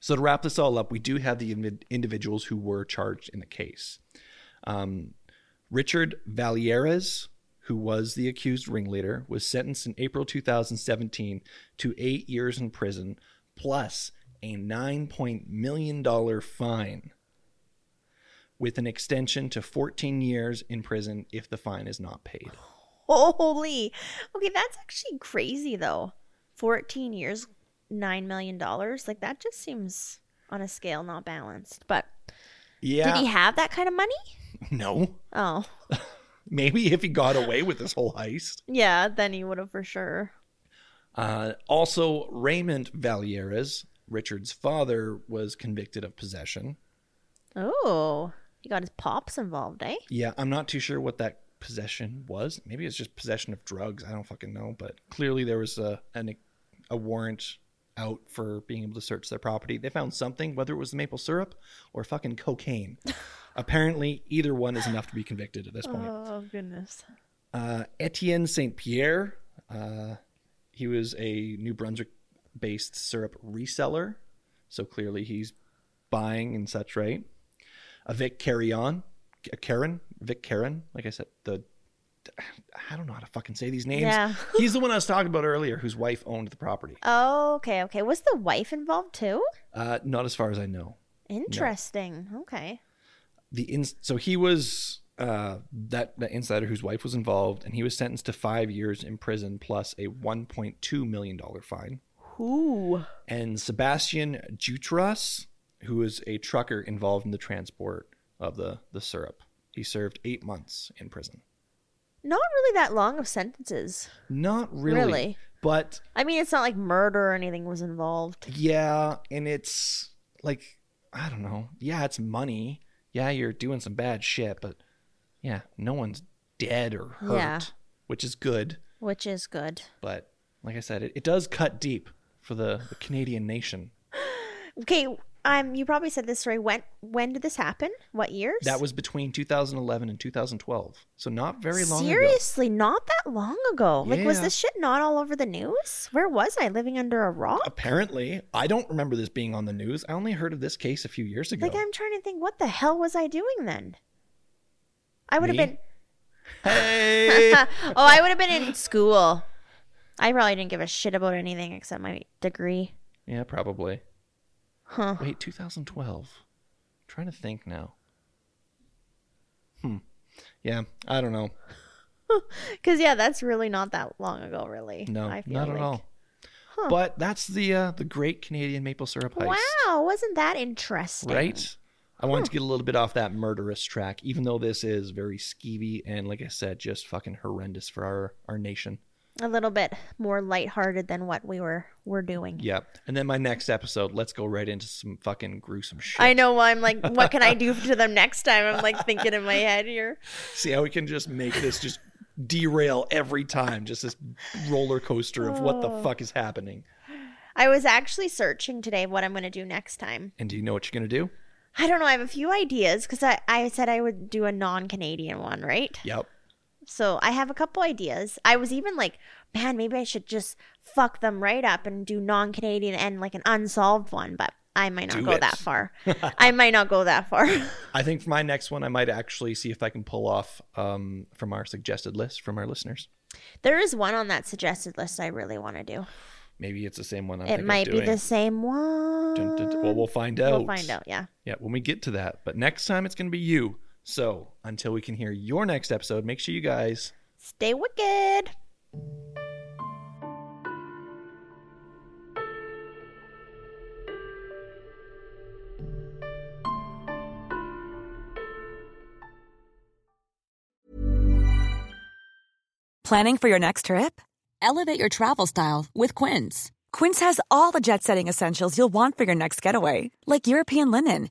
[SPEAKER 1] So to wrap this all up, we do have the invi- individuals who were charged in the case. Um, Richard Valieres, who was the accused ringleader, was sentenced in April 2017 to eight years in prison plus a nine point million dollar fine, with an extension to 14 years in prison if the fine is not paid.
[SPEAKER 2] Holy. Okay, that's actually crazy though. 14 years, 9 million dollars. Like that just seems on a scale not balanced. But
[SPEAKER 1] Yeah.
[SPEAKER 2] did he have that kind of money?
[SPEAKER 1] no.
[SPEAKER 2] Oh.
[SPEAKER 1] Maybe if he got away with this whole heist.
[SPEAKER 2] Yeah, then he would have for sure.
[SPEAKER 1] Uh, also, Raymond Valieres, Richard's father, was convicted of possession.
[SPEAKER 2] Oh. He got his pops involved, eh?
[SPEAKER 1] Yeah, I'm not too sure what that possession was. Maybe it's just possession of drugs. I don't fucking know. But clearly, there was a an, a warrant out for being able to search their property. They found something, whether it was the maple syrup or fucking cocaine. Apparently, either one is enough to be convicted at this point.
[SPEAKER 2] Oh goodness.
[SPEAKER 1] uh, Etienne Saint Pierre. Uh, he was a New Brunswick based syrup reseller. So clearly he's buying and such, right? A Vic Carrion, a Karen, Vic Karen. Like I said, the I don't know how to fucking say these names.
[SPEAKER 2] Yeah.
[SPEAKER 1] he's the one I was talking about earlier, whose wife owned the property.
[SPEAKER 2] Oh, okay, okay. Was the wife involved too?
[SPEAKER 1] Uh, not as far as I know.
[SPEAKER 2] Interesting. Okay.
[SPEAKER 1] the in, so he was uh, that that insider whose wife was involved, and he was sentenced to five years in prison plus a one point two million dollar fine.
[SPEAKER 2] Ooh.
[SPEAKER 1] And Sebastian Jutras, who was a trucker involved in the transport of the the syrup, he served eight months in prison.
[SPEAKER 2] Not really that long of sentences.
[SPEAKER 1] Not really,
[SPEAKER 2] Really?
[SPEAKER 1] but
[SPEAKER 2] I mean, it's not like murder or anything was involved.
[SPEAKER 1] yeah, and it's like I don't know. Yeah, it's money. Yeah, you're doing some bad shit, but yeah, no one's dead or hurt,
[SPEAKER 2] Yeah.
[SPEAKER 1] which is good.
[SPEAKER 2] Which is good.
[SPEAKER 1] But like I said, it, it does cut deep for the, the Canadian nation.
[SPEAKER 2] Okay, um, you probably said this story. When when did this happen? What years?
[SPEAKER 1] That was between 2011 and 2012, so not very long
[SPEAKER 2] seriously not that long ago. Like, was
[SPEAKER 1] Yeah.
[SPEAKER 2] this shit not all over the news? Where was I? Living under a
[SPEAKER 1] ago.
[SPEAKER 2] rock?
[SPEAKER 1] Apparently, I don't remember this being on the news. I only heard of this case a few years ago.
[SPEAKER 2] Like, I'm trying to think. What the hell was I doing then? I would have
[SPEAKER 1] Me?
[SPEAKER 2] been.
[SPEAKER 1] hey,
[SPEAKER 2] Oh, I would have been in school. I probably didn't give a shit about anything except my degree.
[SPEAKER 1] yeah, probably.
[SPEAKER 2] Huh.
[SPEAKER 1] Wait, 2012. trying to think now. Hmm. Yeah, I don't know.
[SPEAKER 2] Because yeah, that's really not that long ago. Really.
[SPEAKER 1] No,
[SPEAKER 2] I feel
[SPEAKER 1] not
[SPEAKER 2] like.
[SPEAKER 1] at all. But that's the uh, the Great Canadian Maple Syrup Heist.
[SPEAKER 2] Wow, wasn't that interesting?
[SPEAKER 1] Right? I wanted to get a little bit off that murderous track, even though this is very skeevy and, like I said, just fucking horrendous for our, our nation.
[SPEAKER 2] a little bit more lighthearted than what we were were doing.
[SPEAKER 1] Yep. And then my next episode, let's go right into some fucking gruesome shit.
[SPEAKER 2] I know. I'm like, what can I do to them next time? I'm like thinking in my head here.
[SPEAKER 1] See how we can just make this just derail every time, just this roller coaster of what the
[SPEAKER 2] Oh.
[SPEAKER 1] fuck is happening.
[SPEAKER 2] I was actually searching today what I'm going to do next time.
[SPEAKER 1] And do you know what you're gonna do?
[SPEAKER 2] I don't know. I have a few ideas because I, I said I would do a non Canadian one, right?
[SPEAKER 1] Yep.
[SPEAKER 2] So I have a couple ideas. I was even like, man, maybe I should just fuck them right up and do non Canadian and like an unsolved one, but I might not
[SPEAKER 1] Do
[SPEAKER 2] go
[SPEAKER 1] it.
[SPEAKER 2] that far. I might not go that far.
[SPEAKER 1] I think for my next one, I might actually see if I can pull off um, from our suggested list from our listeners.
[SPEAKER 2] there is one on that suggested list I really want to do.
[SPEAKER 1] Maybe it's the same one. I'm
[SPEAKER 2] it
[SPEAKER 1] thinking of
[SPEAKER 2] might be
[SPEAKER 1] doing.
[SPEAKER 2] the same one.
[SPEAKER 1] Dun, dun, dun. Well, we'll find out.
[SPEAKER 2] We'll find out, yeah.
[SPEAKER 1] Yeah, when we get to that. But next time, it's gonna be you. So until we can hear your next episode, make sure you guys.
[SPEAKER 2] Stay wicked.
[SPEAKER 5] Planning for your next trip? Elevate your travel style with Quince. Quince has all the jet setting essentials you'll want for your next getaway, like European linen,